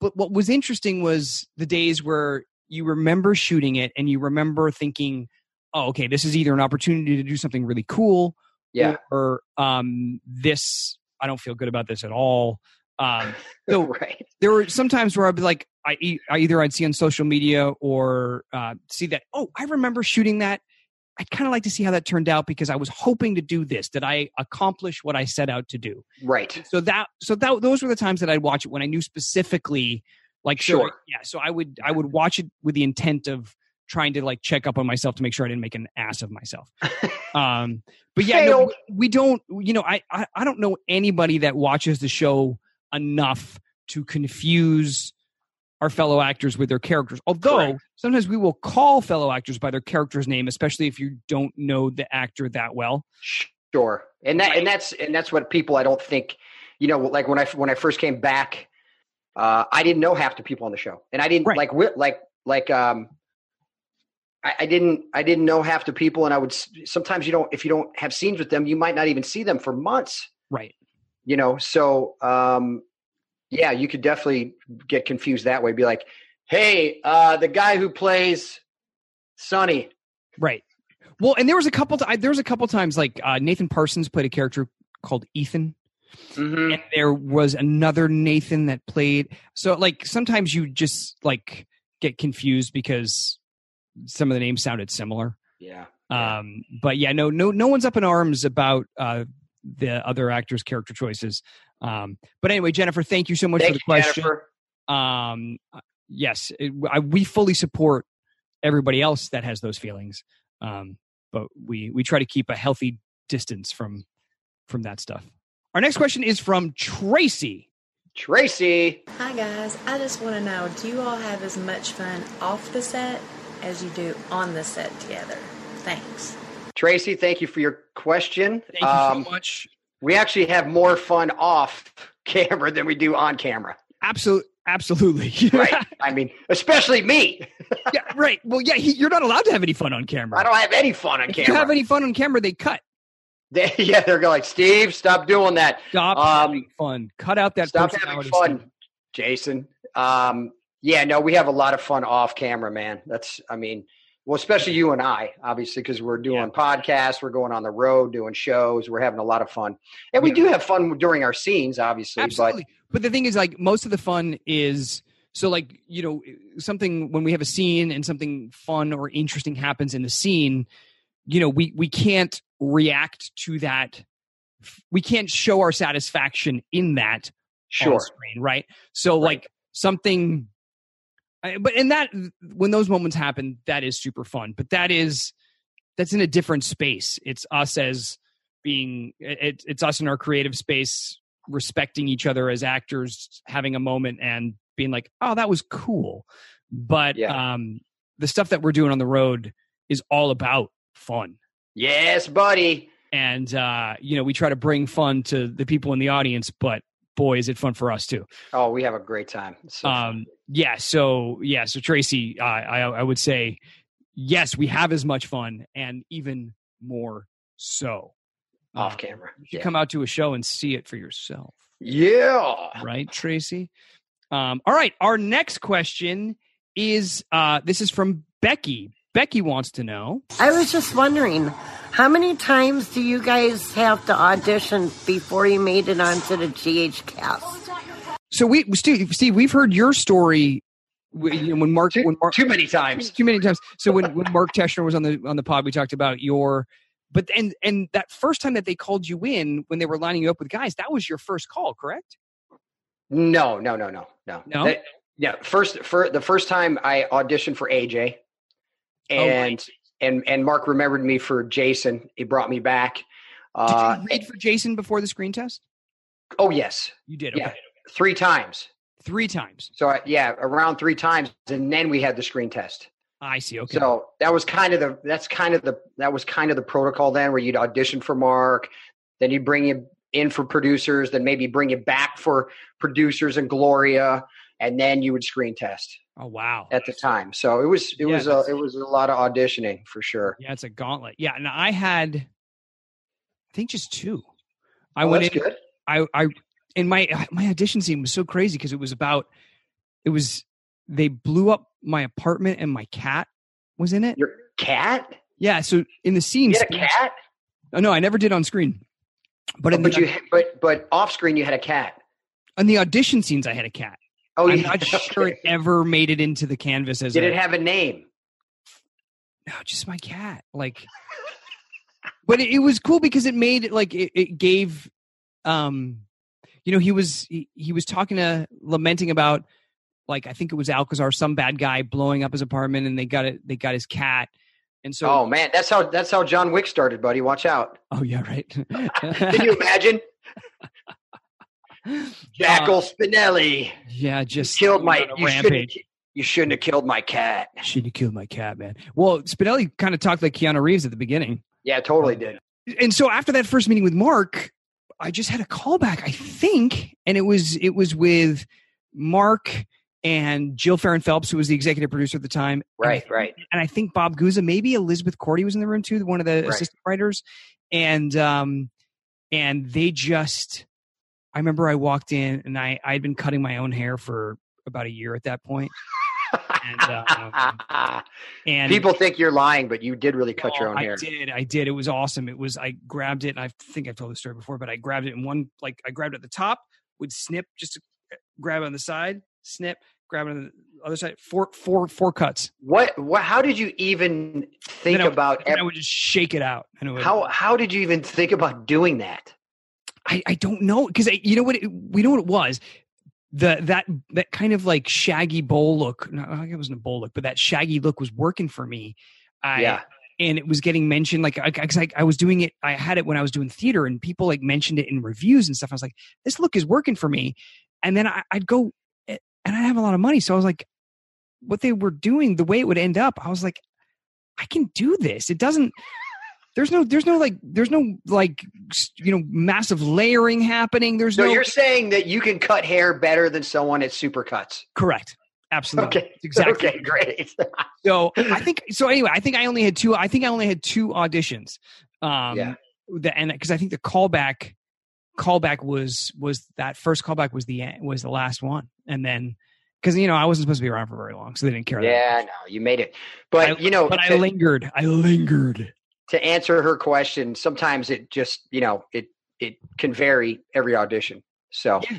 But what was interesting was the days where you remember shooting it and you remember thinking, "Oh, okay, this is either an opportunity to do something really cool, yeah or um, this I don't feel good about this at all." Um, so right there were some times where I'd be like, I, e- I either I'd see on social media or uh, see that. Oh, I remember shooting that. I'd kind of like to see how that turned out because I was hoping to do this. Did I accomplish what I set out to do? right So that, so that, those were the times that I'd watch it when I knew specifically, like, so- Sure. yeah. So I would, I would watch it with the intent of trying to like check up on myself to make sure I didn't make an ass of myself. um, but yeah, no, Failed. we don't you know I, I i don't know anybody that watches the show enough to confuse our fellow actors with their characters although Correct. sometimes we will call fellow actors by their character's name especially if you don't know the actor that well Sure, and that and that's and that's what people I don't think you know like when I when I first came back, uh, I didn't know half the people on the show, and I didn't Right. like wi- like like um, I, I didn't I didn't know half the people, and I would s- sometimes you don't if you don't have scenes with them, you might not even see them for months, right you know. So um, yeah, you could definitely get confused that way. Be like, hey, uh, the guy who plays Sonny, right well and there was a couple ti- there was a couple times like uh, nathan parsons played a character called ethan Mhm. and there was another Nathan that played. So like sometimes you just like get confused because some of the names sounded similar. yeah, Um, but yeah, no, no, no one's up in arms about uh, the other actors' character choices. Um, but anyway, Jennifer, thank you so much thank for you, the question. Jennifer. Um, yes, it, I, we fully support everybody else that has those feelings, um, but we we try to keep a healthy distance from from that stuff. Our next question is from Tracy. Tracy. Hi guys, I just want to know do you all have as much fun off the set as you do on the set together? Thanks. Tracy, thank you for your question. Thank you Um, so much. We actually have more fun off camera than we do on camera. Absolutely, absolutely. Right. I mean, especially me. yeah, right. Well, yeah, he, you're not allowed to have any fun on camera. I don't have any fun on if camera. you have any fun on camera, they cut. They- yeah, they're going like, Steve, stop doing that. Stop Um, having fun. Cut out that. stop having personality fun, stuff. Jason. Um, yeah, no, we have a lot of fun off camera, man. That's, I mean, well, especially you and I, obviously, because we're doing podcasts, we're going on the road, doing shows, we're having a lot of fun, and we do have fun during our scenes, obviously. Absolutely. But the thing is, like, most of the fun is so, like, you know, something when we have a scene and something fun or interesting happens in the scene, you know, we we can't react to that. We can't show our satisfaction in that But on sure, screen, right? So Right. like something, I- but and that when those moments happen, that is super fun. But that is that's in a different space. It's us as being it, it's us in our creative space respecting each other as actors, having a moment and being like, "Oh, that was cool." But Yeah. um, the stuff that we're doing on the road is all about fun, Yes, buddy. and uh, you know we try to bring fun to the people in the audience, but boy, is it fun for us too. Oh, we have a great time. So um yeah so yeah so tracy uh, i i would say yes we have as much fun and even more so off Uh, camera. you Yeah. come out to a show and see it for yourself yeah. right tracy um all right our next question is uh this is from becky becky wants to know I was just wondering, how many times do you guys have to audition before you made it onto the GH cast? so we steve, steve we've heard your story w- you know, when mark Too, when mark too many times. too many times. So when, when Mark Teschner was on the on the pod, we talked about your, but and and that first time that they called you in when they were lining you up with guys, that was your first call, correct? No, no, no, no, no. No? That- yeah. First, for the first time I auditioned for AJ, Oh, and and and Mark remembered me for Jason. He brought me back. Did Uh, you read for Jason before the screen test? oh yes, You did, okay. yeah, three times. Three times. So I, yeah, around three times, and then we had the screen test. I see. Okay. So that was kind of the that's kind of the that was kind of the protocol then, where you'd audition for Mark, then you'd bring him in for producers, then maybe bring him back for producers and Gloria, and then you would screen test oh wow. at the time. So it was it Yeah, was a that's- it was a lot of auditioning for sure. Yeah, it's a gauntlet. Yeah, and I had, I think just two. I Oh, went that's in. good. I I and my my audition scene was so crazy because it was about it was they blew up my apartment and my cat was in it. Your cat? Yeah, so in the scene, You had a Splash- cat? Oh, Oh, no, I never did on screen, but in but the, you but but off screen you had a cat. in the audition scenes, I had a cat. Oh, I'm yeah. not sure it ever made it into the canvas as Did a, it have a name? no, just my cat. Like, but it, it was cool because it made like it, it gave, um, you know, he was he, he was talking to lamenting about like I think it was Alcazar, some bad guy blowing up his apartment, and they got it. They got his cat, and so oh man, that's how that's how John Wick started, buddy. Watch out. oh yeah, right. Can you imagine? Jackal Spinelli yeah, Uh, just killed my. on a You shouldn't, you shouldn't have killed my cat. Shouldn't have killed my cat, man. Well, Spinelli kind of talked like Keanu Reeves at the beginning. Yeah, totally did. And so after that first meeting with Mark, I just had a callback, I think, and it was it was with Mark and Jill Farron Phelps, who was the executive producer at the time. Right, right. And I think Bob Guza, maybe Elizabeth Cordy was in the room too, one of the Right. assistant writers. And um and they just I remember I walked in and I I'd been cutting my own hair for about a year at that point. And, uh, And People think you're lying, but you did really cut your Oh, own hair. I did. I did. It was awesome. It was. I grabbed it, and I think I've told this story before, but I grabbed it in one. Like I grabbed it at the top, would snip, just eh, grab it on the side, snip, grab it on the other side. Four, four, four cuts. What? What? How did you even think Then I would- about? And I ev- would just shake it out. And it would, how? How did you even think about doing that? I, I don't know because you know what it, we know what it was the that that kind of like shaggy bowl look no, I think it wasn't a bowl look but that shaggy look was working for me I, Yeah. and it was getting mentioned like I, 'cause I, I was doing it I had it when I was doing theater and people like mentioned it in reviews and stuff I was like this look is working for me and then I, I'd go eh, and I have a lot of money so I was like what they were doing the way it would end up I was like I can do this it doesn't there's no there's no like there's no like s- you know massive layering happening there's So no you're saying that you can cut hair better than someone at Supercuts? correct absolutely Okay. That's exactly Okay. Great. so i think so anyway i think i only had two i think i only had two auditions um Yeah. the, and because i think the callback callback was was that first callback was the en- was the last one and then because you know i wasn't supposed to be around for very long so they didn't care that yeah. No, you made it. But I- you know, but i to- lingered i lingered to answer her question, sometimes it just you know it it can vary every audition. So yeah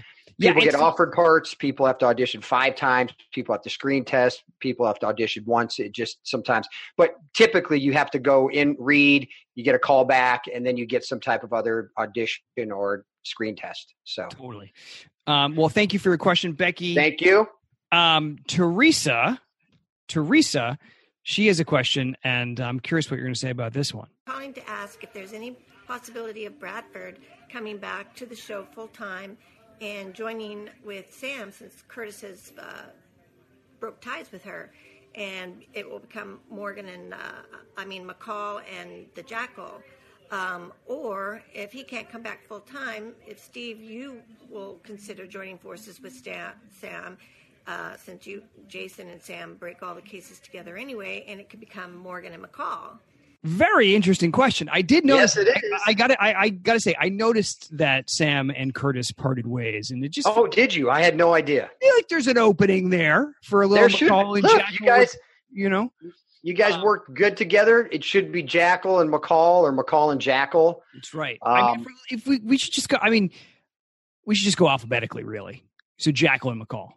people get it's- offered parts. People have to audition five times. People have to screen test. People have to audition once. It just sometimes, but typically you have to go in, read, you get a call back, and then you get some type of other audition or screen test. So totally um well thank you for your question becky thank you. um, Teresa, Teresa She has a question, and I'm curious what you're going to say about this one. calling to ask if there's any possibility of Bradford coming back to the show full time and joining with Sam since Curtis has uh, broke ties with her, and it will become Morgan and uh, I mean McCall and the Jackal. Um, or if he can't come back full time, if Steve, you will consider joining forces with Stan, Sam, uh, since you, Jason, and Sam break all the cases together anyway, and it could become Morgan and McCall. Very interesting question. I did notice. Yes, it I- is. I, got to I, I got to say, I noticed that Sam and Curtis parted ways, and it just Oh, did you? I had no idea. feel like there's an opening there for a little There should McCall and look, Jack you guys. you know, You guys Um, worked good together. It should be Jackal and McCall, or McCall and Jackal. it's right. I Um, mean, if, we, if we we should just go, I mean, we should just go alphabetically, really. So Jacqueline McCall.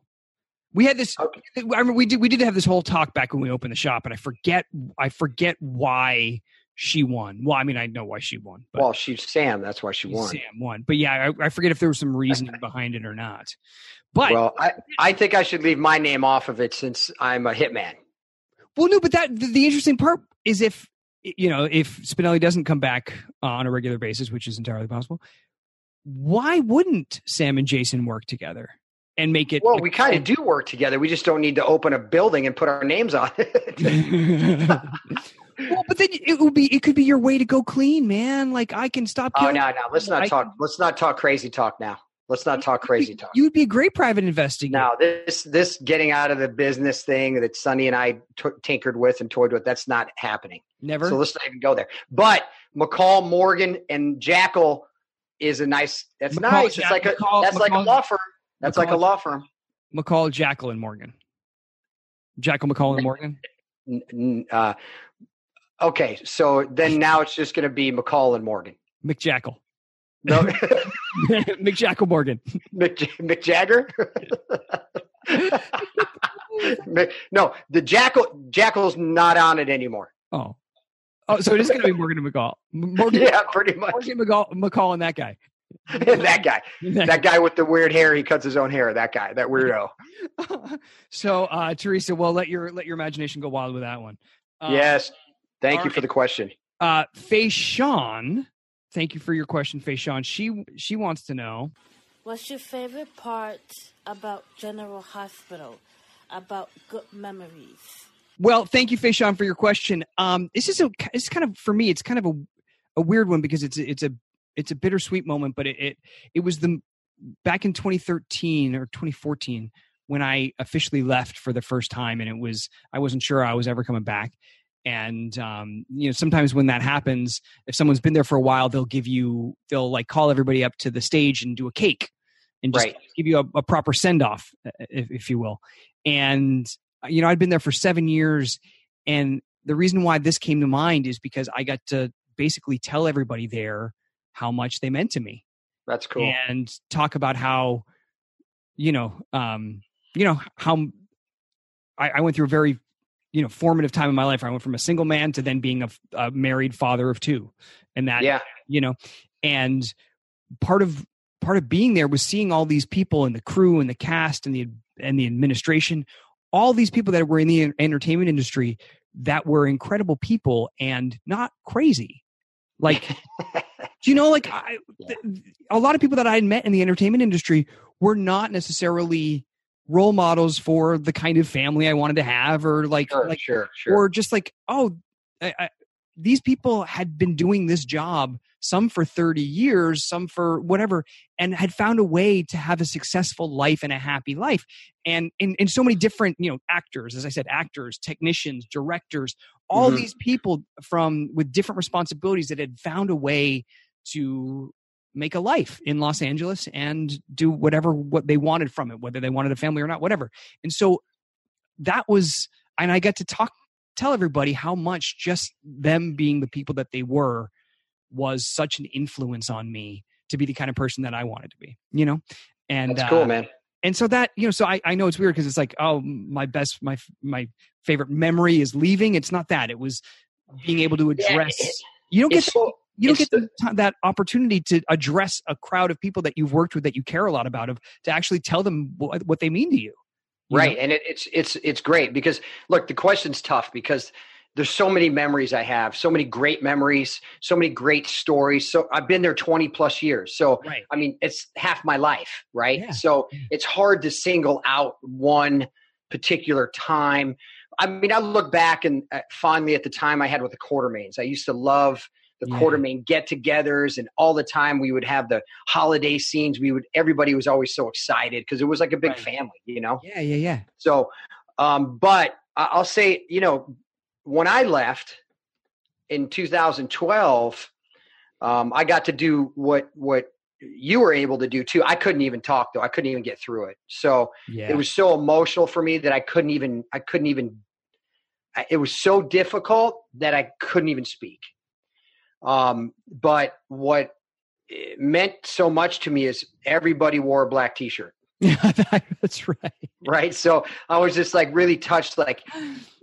We had this. Okay. I remember we did we did have this whole talk back when we opened the shop, and I forget I forget why she won. Well, I mean, I know why she won. But Well, she's Sam. That's why she won. Sam won, but yeah, I, I forget if there was some reasoning behind it or not. But well, Well, I, I think I should leave my name off of it since I'm a hitman. no, but that the, the interesting part is if you know if Spinelli doesn't come back uh, on a regular basis, which is entirely possible. Why wouldn't Sam and Jason work together and make it? Well, we kind of do work together. We just don't need to open a building and put our names on it. well, but then it would be it could be your way to go clean, man. Like I can stop. oh no, killing no. Let's I- not talk. Let's not talk crazy talk now. Let's not talk crazy talk. You would be a great private investigator. No, this this getting out of the business thing that Sonny and I t- tinkered with and toyed with. That's not happening. Never. So let's not even go there. But McCall, Morgan, and Jackal is a nice. That's McCall, nice. Jack- it's like a. McCall- that's like a McCall- law firm. That's like a McCall- law firm. McCall, Jackal, and Morgan. Jackal, McCall, and Morgan. N- n- uh, okay, so then now it's just going to be McCall and Morgan. McJackal. No, McJackal Morgan. Mick, J- Mick Jagger. Mick- no, the Jackal Jackal's not on it anymore. Oh. Oh, so it is going to be Morgan and McCall. M- Morgan, Yeah, pretty much. Morgan McCall, McCall and that guy. that guy, that guy with the weird hair. He cuts his own hair. That guy, that weirdo. so, uh, Teresa, well, let your let your imagination go wild with that one. Uh, yes. Thank all you for the question. Uh, Faye Sean, thank you for your question, Faye Sean. She she wants to know. What's your favorite part about General Hospital? About good memories? Well, thank you, Fayshawn, for your question. Um, this is a, it's kind of for me, it's kind of a, a weird one because it's a- it's a it's a bittersweet moment, but it it, it was the back in 2013 or 2014 when I officially left for the first time, and it was I wasn't sure I was ever coming back. And um, you know, sometimes when that happens, if someone's been there for a while, they'll give you they'll like call everybody up to the stage and do a cake and just Right. give you a, a proper send off, if, if you will. And uh, you know, I'd been there for seven years, and the reason why this came to mind is because I got to basically tell everybody there how much they meant to me That's cool. and talk about how you know um you know how I, I went through a very you know formative time in my life i went from a single man to then being a, f- a married father of two and that yeah. you know and part of part of being there was seeing all these people and the crew and the cast and the and the administration all these people that were in the en- entertainment industry that were incredible people and not crazy like do you know like I, th- a lot of people that i had met in the entertainment industry were not necessarily role models for the kind of family i wanted to have or like Sure, like sure, sure. or just like oh I, I, these people had been doing this job some for 30 years some for whatever and had found a way to have a successful life and a happy life and in, in so many different you know actors as i said actors technicians directors all Mhm. these people from with different responsibilities that had found a way to make a life in los angeles and do whatever what they wanted from it whether they wanted a family or not whatever and so that was and i got to talk tell everybody how much just them being the people that they were was such an influence on me to be the kind of person that I wanted to be, you know? And That's uh, cool, man. and so that, you know, so I, I know it's weird because it's like, oh, my best, my my favorite memory is leaving. It's not that. It was being able to Yeah, address. it- you don't get it's so- you don't it's get the, ti- that opportunity to address a crowd of people that you've worked with that you care a lot about of to actually tell them what, what they mean to you. right and it, it's it's it's great because look the question's tough because there's so many memories i have so many great memories so many great stories so i've been there 20 plus years so Right. i mean it's half my life right Yeah. so it's hard to single out one particular time i mean i look back and uh, fondly at the time i had with the quartermains i used to love the Yeah. quartermain get-togethers and all the time we would have the holiday scenes we would everybody was always so excited because it was like a big Right. family you know Yeah, yeah, yeah. so, um, but I- I'll say, you know, when I left in 2012, um, I got to do what what you were able to do too. I couldn't even talk though. I couldn't even get through it. So Yeah. it was so emotional for me that I couldn't even I couldn't even. I- It was so difficult that I couldn't even speak. Um, but what it meant so much to me is everybody wore a black T-shirt That's right. right so i was just like really touched like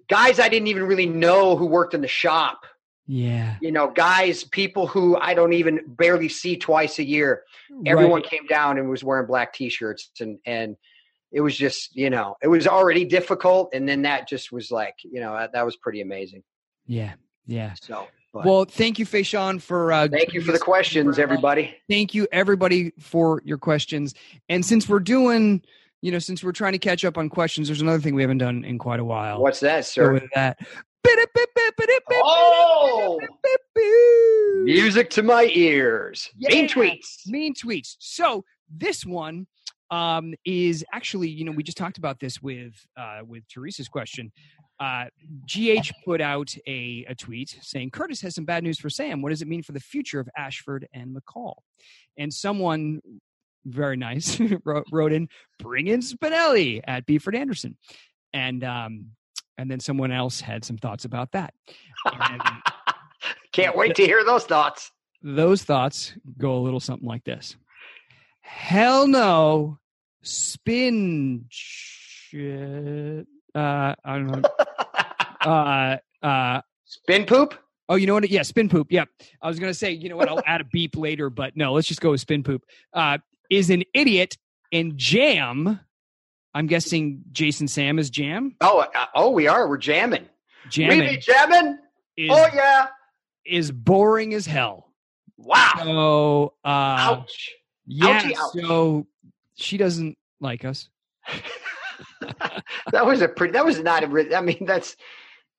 guys i didn't even really know who worked in the shop Yeah. you know guys people who i don't even barely see twice a year everyone came down and was wearing black t-shirts and and it was just you know it was already difficult and then that just was like you know that, that was pretty amazing Yeah. Yeah. so but Well, thank you, Faishan, for uh, thank you for the questions everybody thank you everybody for your questions and since we're doing you know since we're trying to catch up on questions there's another thing we haven't done in quite a while what's that so sir with that Oh! music to my ears mean Yeah. tweets mean tweets so this one um is actually you know we just talked about this with uh with teresa's question uh gh put out a, a tweet saying curtis has some bad news for sam what does it mean for the future of ashford and mccall and someone very nice wrote, wrote in bring in spinelli at beeford anderson and um and then someone else had some thoughts about that And can't wait to hear those thoughts those thoughts go a little something like this hell no spin shit. uh i don't know uh uh spin poop Oh, you know what? Yeah, spin poop. Yep. I was gonna say, you know what? I'll add a beep later, but no, let's just go with spin poop. Uh, is an idiot and jam. I'm guessing Jason Sam is jam. Oh, uh, oh, we are. We're jamming. Jamming We be jamming. is, oh yeah. is boring as hell. Wow. So uh, Ouch. yeah. ouchie, ouch. So she doesn't like us. that was a pretty. That was not a. re- I mean, that's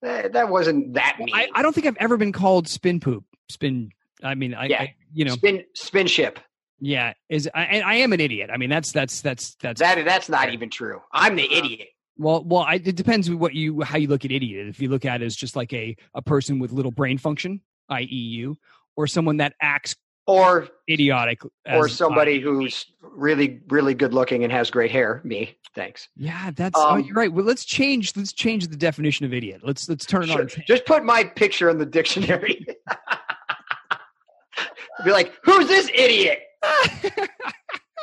that, that wasn't that mean. I, I don't think I've ever been called spin poop. Spin. I mean, I, Yeah. I you know, spin spin ship. yeah. Is I, and I am an idiot. I mean, that's that's that's that's That that's not even true. I'm Uh, the idiot. Well, well, I, it depends on what you how you look at idiot. If you look at it as just like a a person with little brain function, i.e., you, or someone that acts Or idiotic, as- or somebody who's really really good looking and has great hair. Me. Thanks. yeah, that's oh, Um, you're right. Well, let's change let's change the definition of idiot. Let's let's turn it Sure. on. Just put my picture in the dictionary. Be like, who's this idiot?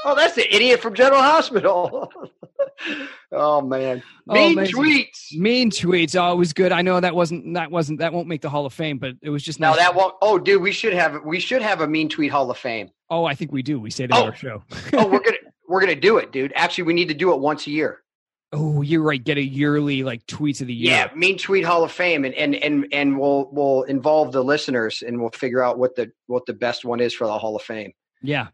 oh, that's the idiot from General Hospital. oh man, Oh, mean amazing. tweets. Mean tweets always good. I know that wasn't that wasn't that won't make the Hall of Fame, but it was just No, nice. that won't. Oh, dude, we should have we should have a mean tweet Hall of Fame. Oh, I think we do. We say that on Oh. our show. Oh, we're gonna we're gonna do it, dude. Actually, we need to do it once a year. Oh, you're right. Get a yearly like tweets of the year. Yeah, mean tweet Hall of Fame, and and and and we'll we'll involve the listeners, and we'll figure out what the what the best one is for the Hall of Fame yeah.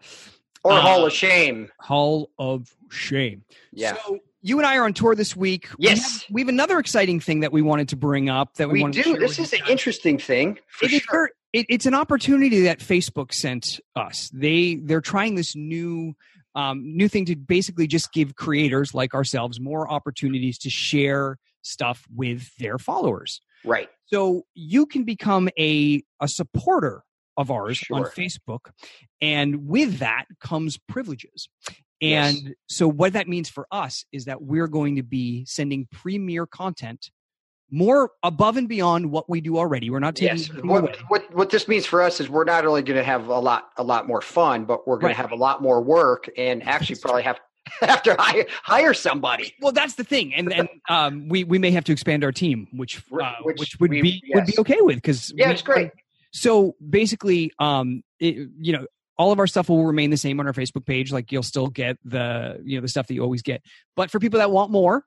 or Uh, Hall of Shame. Hall of Shame. Yeah. So you and I are on tour this week. We Yes. have, we have another exciting thing that we wanted to bring up that we, we, wanted to do. share This with is you an guys. interesting thing for It is sure. very- it- it's an opportunity that Facebook sent us. They they're trying this new um, new thing to basically just give creators like ourselves more opportunities to share stuff with their followers. right. So you can become a a supporter of ours on Sure. Facebook, and with that comes privileges. Yes. And so what that means for us is that we're going to be sending premier content more above and beyond what we do already. We're not taking Yes. anything What, away. what what this means for us is we're not only going to have a lot a lot more fun, but we're going Right. to have a lot more work, and actually probably have have to hire hire somebody. Well, that's the thing, and and um, we we may have to expand our team, which uh, which, Which would we- be would be yes. okay with because Yeah, it's great. so basically um it, you know all of our stuff will remain the same on our facebook page like you'll still get the you know the stuff that you always get but for people that want more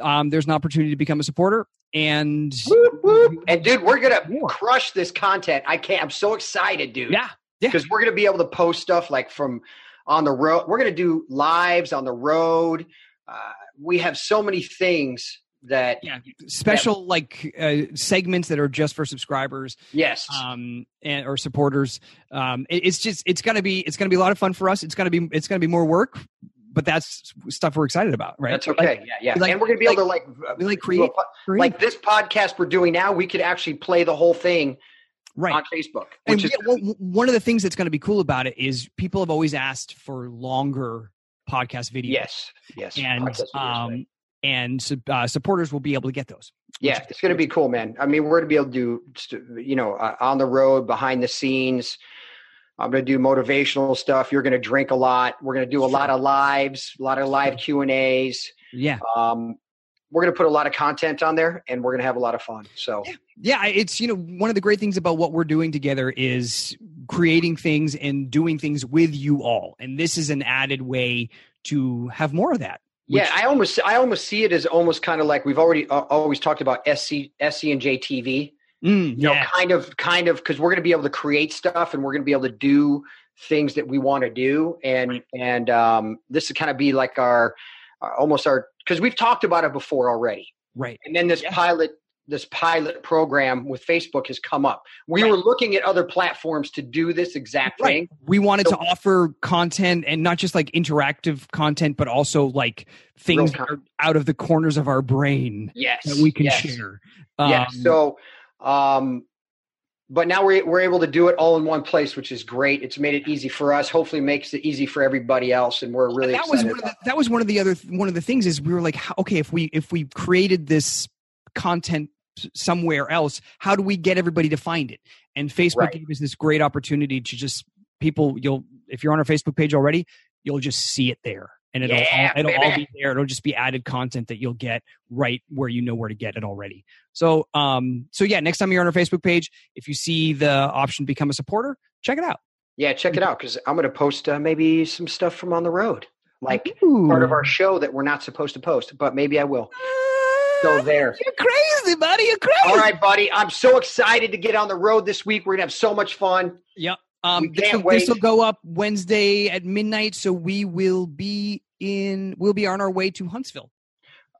um, there's an opportunity to become a supporter. And And dude, we're gonna crush this content. I can't. I'm so excited, dude. Yeah, yeah. Because we're gonna be able to post stuff like from on the road. We're gonna do lives on the road. Uh, we have so many things that yeah, special like uh, segments that are just for subscribers. Yes. Um, and or supporters. Um, it- it's just it's gonna be it's gonna be a lot of fun for us. It's gonna be it's gonna be more work, but that's stuff we're excited about, right? That's Like- okay. yeah, yeah. like- and we're gonna be able to like we like do a create- po- create. like this podcast we're doing now. We could actually play the whole thing Right. on Facebook, and uh, which is yeah, one- one of the things that's going to be cool about it is people have always asked for longer podcast videos. Yes, yes, and podcast videos, um, and sub- uh, supporters will be able to get those. Yeah, it's going to be cool, man. I mean, we're going to be able to do, st- you know, uh, on the road, behind the scenes. I'm going to do motivational stuff. You're going to drink a lot. We're going to do a lot of lives, a lot of live Q and A's. Yeah. Um, we're going to put a lot of content on there, and we're going to have a lot of fun. So yeah I- it's you know one of the great things about what we're doing together is creating things and doing things with you all and this is an added way to have more of that yeah, I almost, I almost see it as almost kind of like we've already uh, always talked about SC, SC and JTV. Mm, you know, kind of, kind of, because we're going to be able to create stuff and we're going to be able to do things that we want to do, and and um, this would kind of be like our, our almost our because we've talked about it before already, right and then this pilot, this pilot program with Facebook has come up. We were looking at other platforms to do this exact thing. we wanted to offer content and not just like interactive content but also like things that are out of the corners of our brain Yes, that we can yes. share yeah. Um, So, um, but now we're we're able to do it all in one place, which is great. It's made it easy for us. Hopefully, makes it easy for everybody else, and we're really that was excited. one of about the, that was one of the other one of the things is we were like how- okay if we if we created this content s- somewhere else how do we get everybody to find it and facebook Right. gave us this great opportunity to just people you'll if you're on our facebook page already you'll just see it there and it'll Yeah, all, it'll all baby. be there it'll just be added content that you'll get right where you know where to get it already so um so yeah next time you're on our facebook page if you see the option become a supporter check it out Yeah, check it out because I'm going to post uh, maybe some stuff from on the road, like Mm-hmm. part of our show that we're not supposed to post, but maybe I will. So there. You're crazy, buddy. You're crazy. All right, buddy. I'm so excited to get on the road this week. We're going to have so much fun. Yep. Um, this can't will, this wait. will go up Wednesday at midnight, so we will be in. We'll be on our way to Huntsville.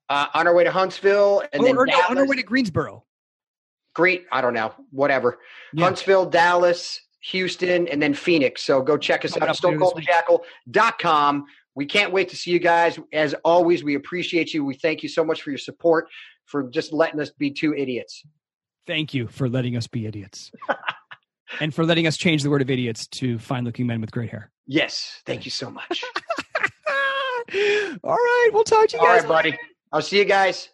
Uh, on our way to Huntsville and Oh, then or no, on our Dallas. way to Greensboro. Great. I don't know. Whatever. Huntsville, Dallas, Houston, and then Phoenix. So go check us Coming out at up later this stonecoldthejackal.com. We can't wait to see you guys. As always, we appreciate you. We thank you so much for your support, for just letting us be two idiots. Thank you for letting us be idiots, and for letting us change the word of idiots to fine-looking men with great hair. Yes. Thank you so much. Ah. All right, we'll talk to you All guys right, buddy. I'll see you guys.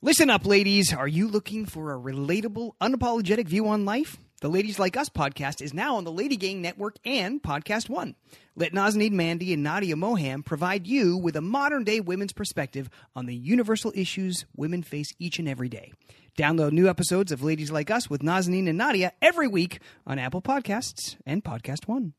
Listen up, ladies. Are you looking for a relatable, unapologetic view on life? The Ladies Like Us podcast is now on the Lady Gang Network and Podcast One. Let Nazanin Mandy and Nadia Moham provide you with a modern day women's perspective on the universal issues women face each and every day. Download new episodes of Ladies Like Us with Nazanin and Nadia every week on Apple Podcasts and Podcast One.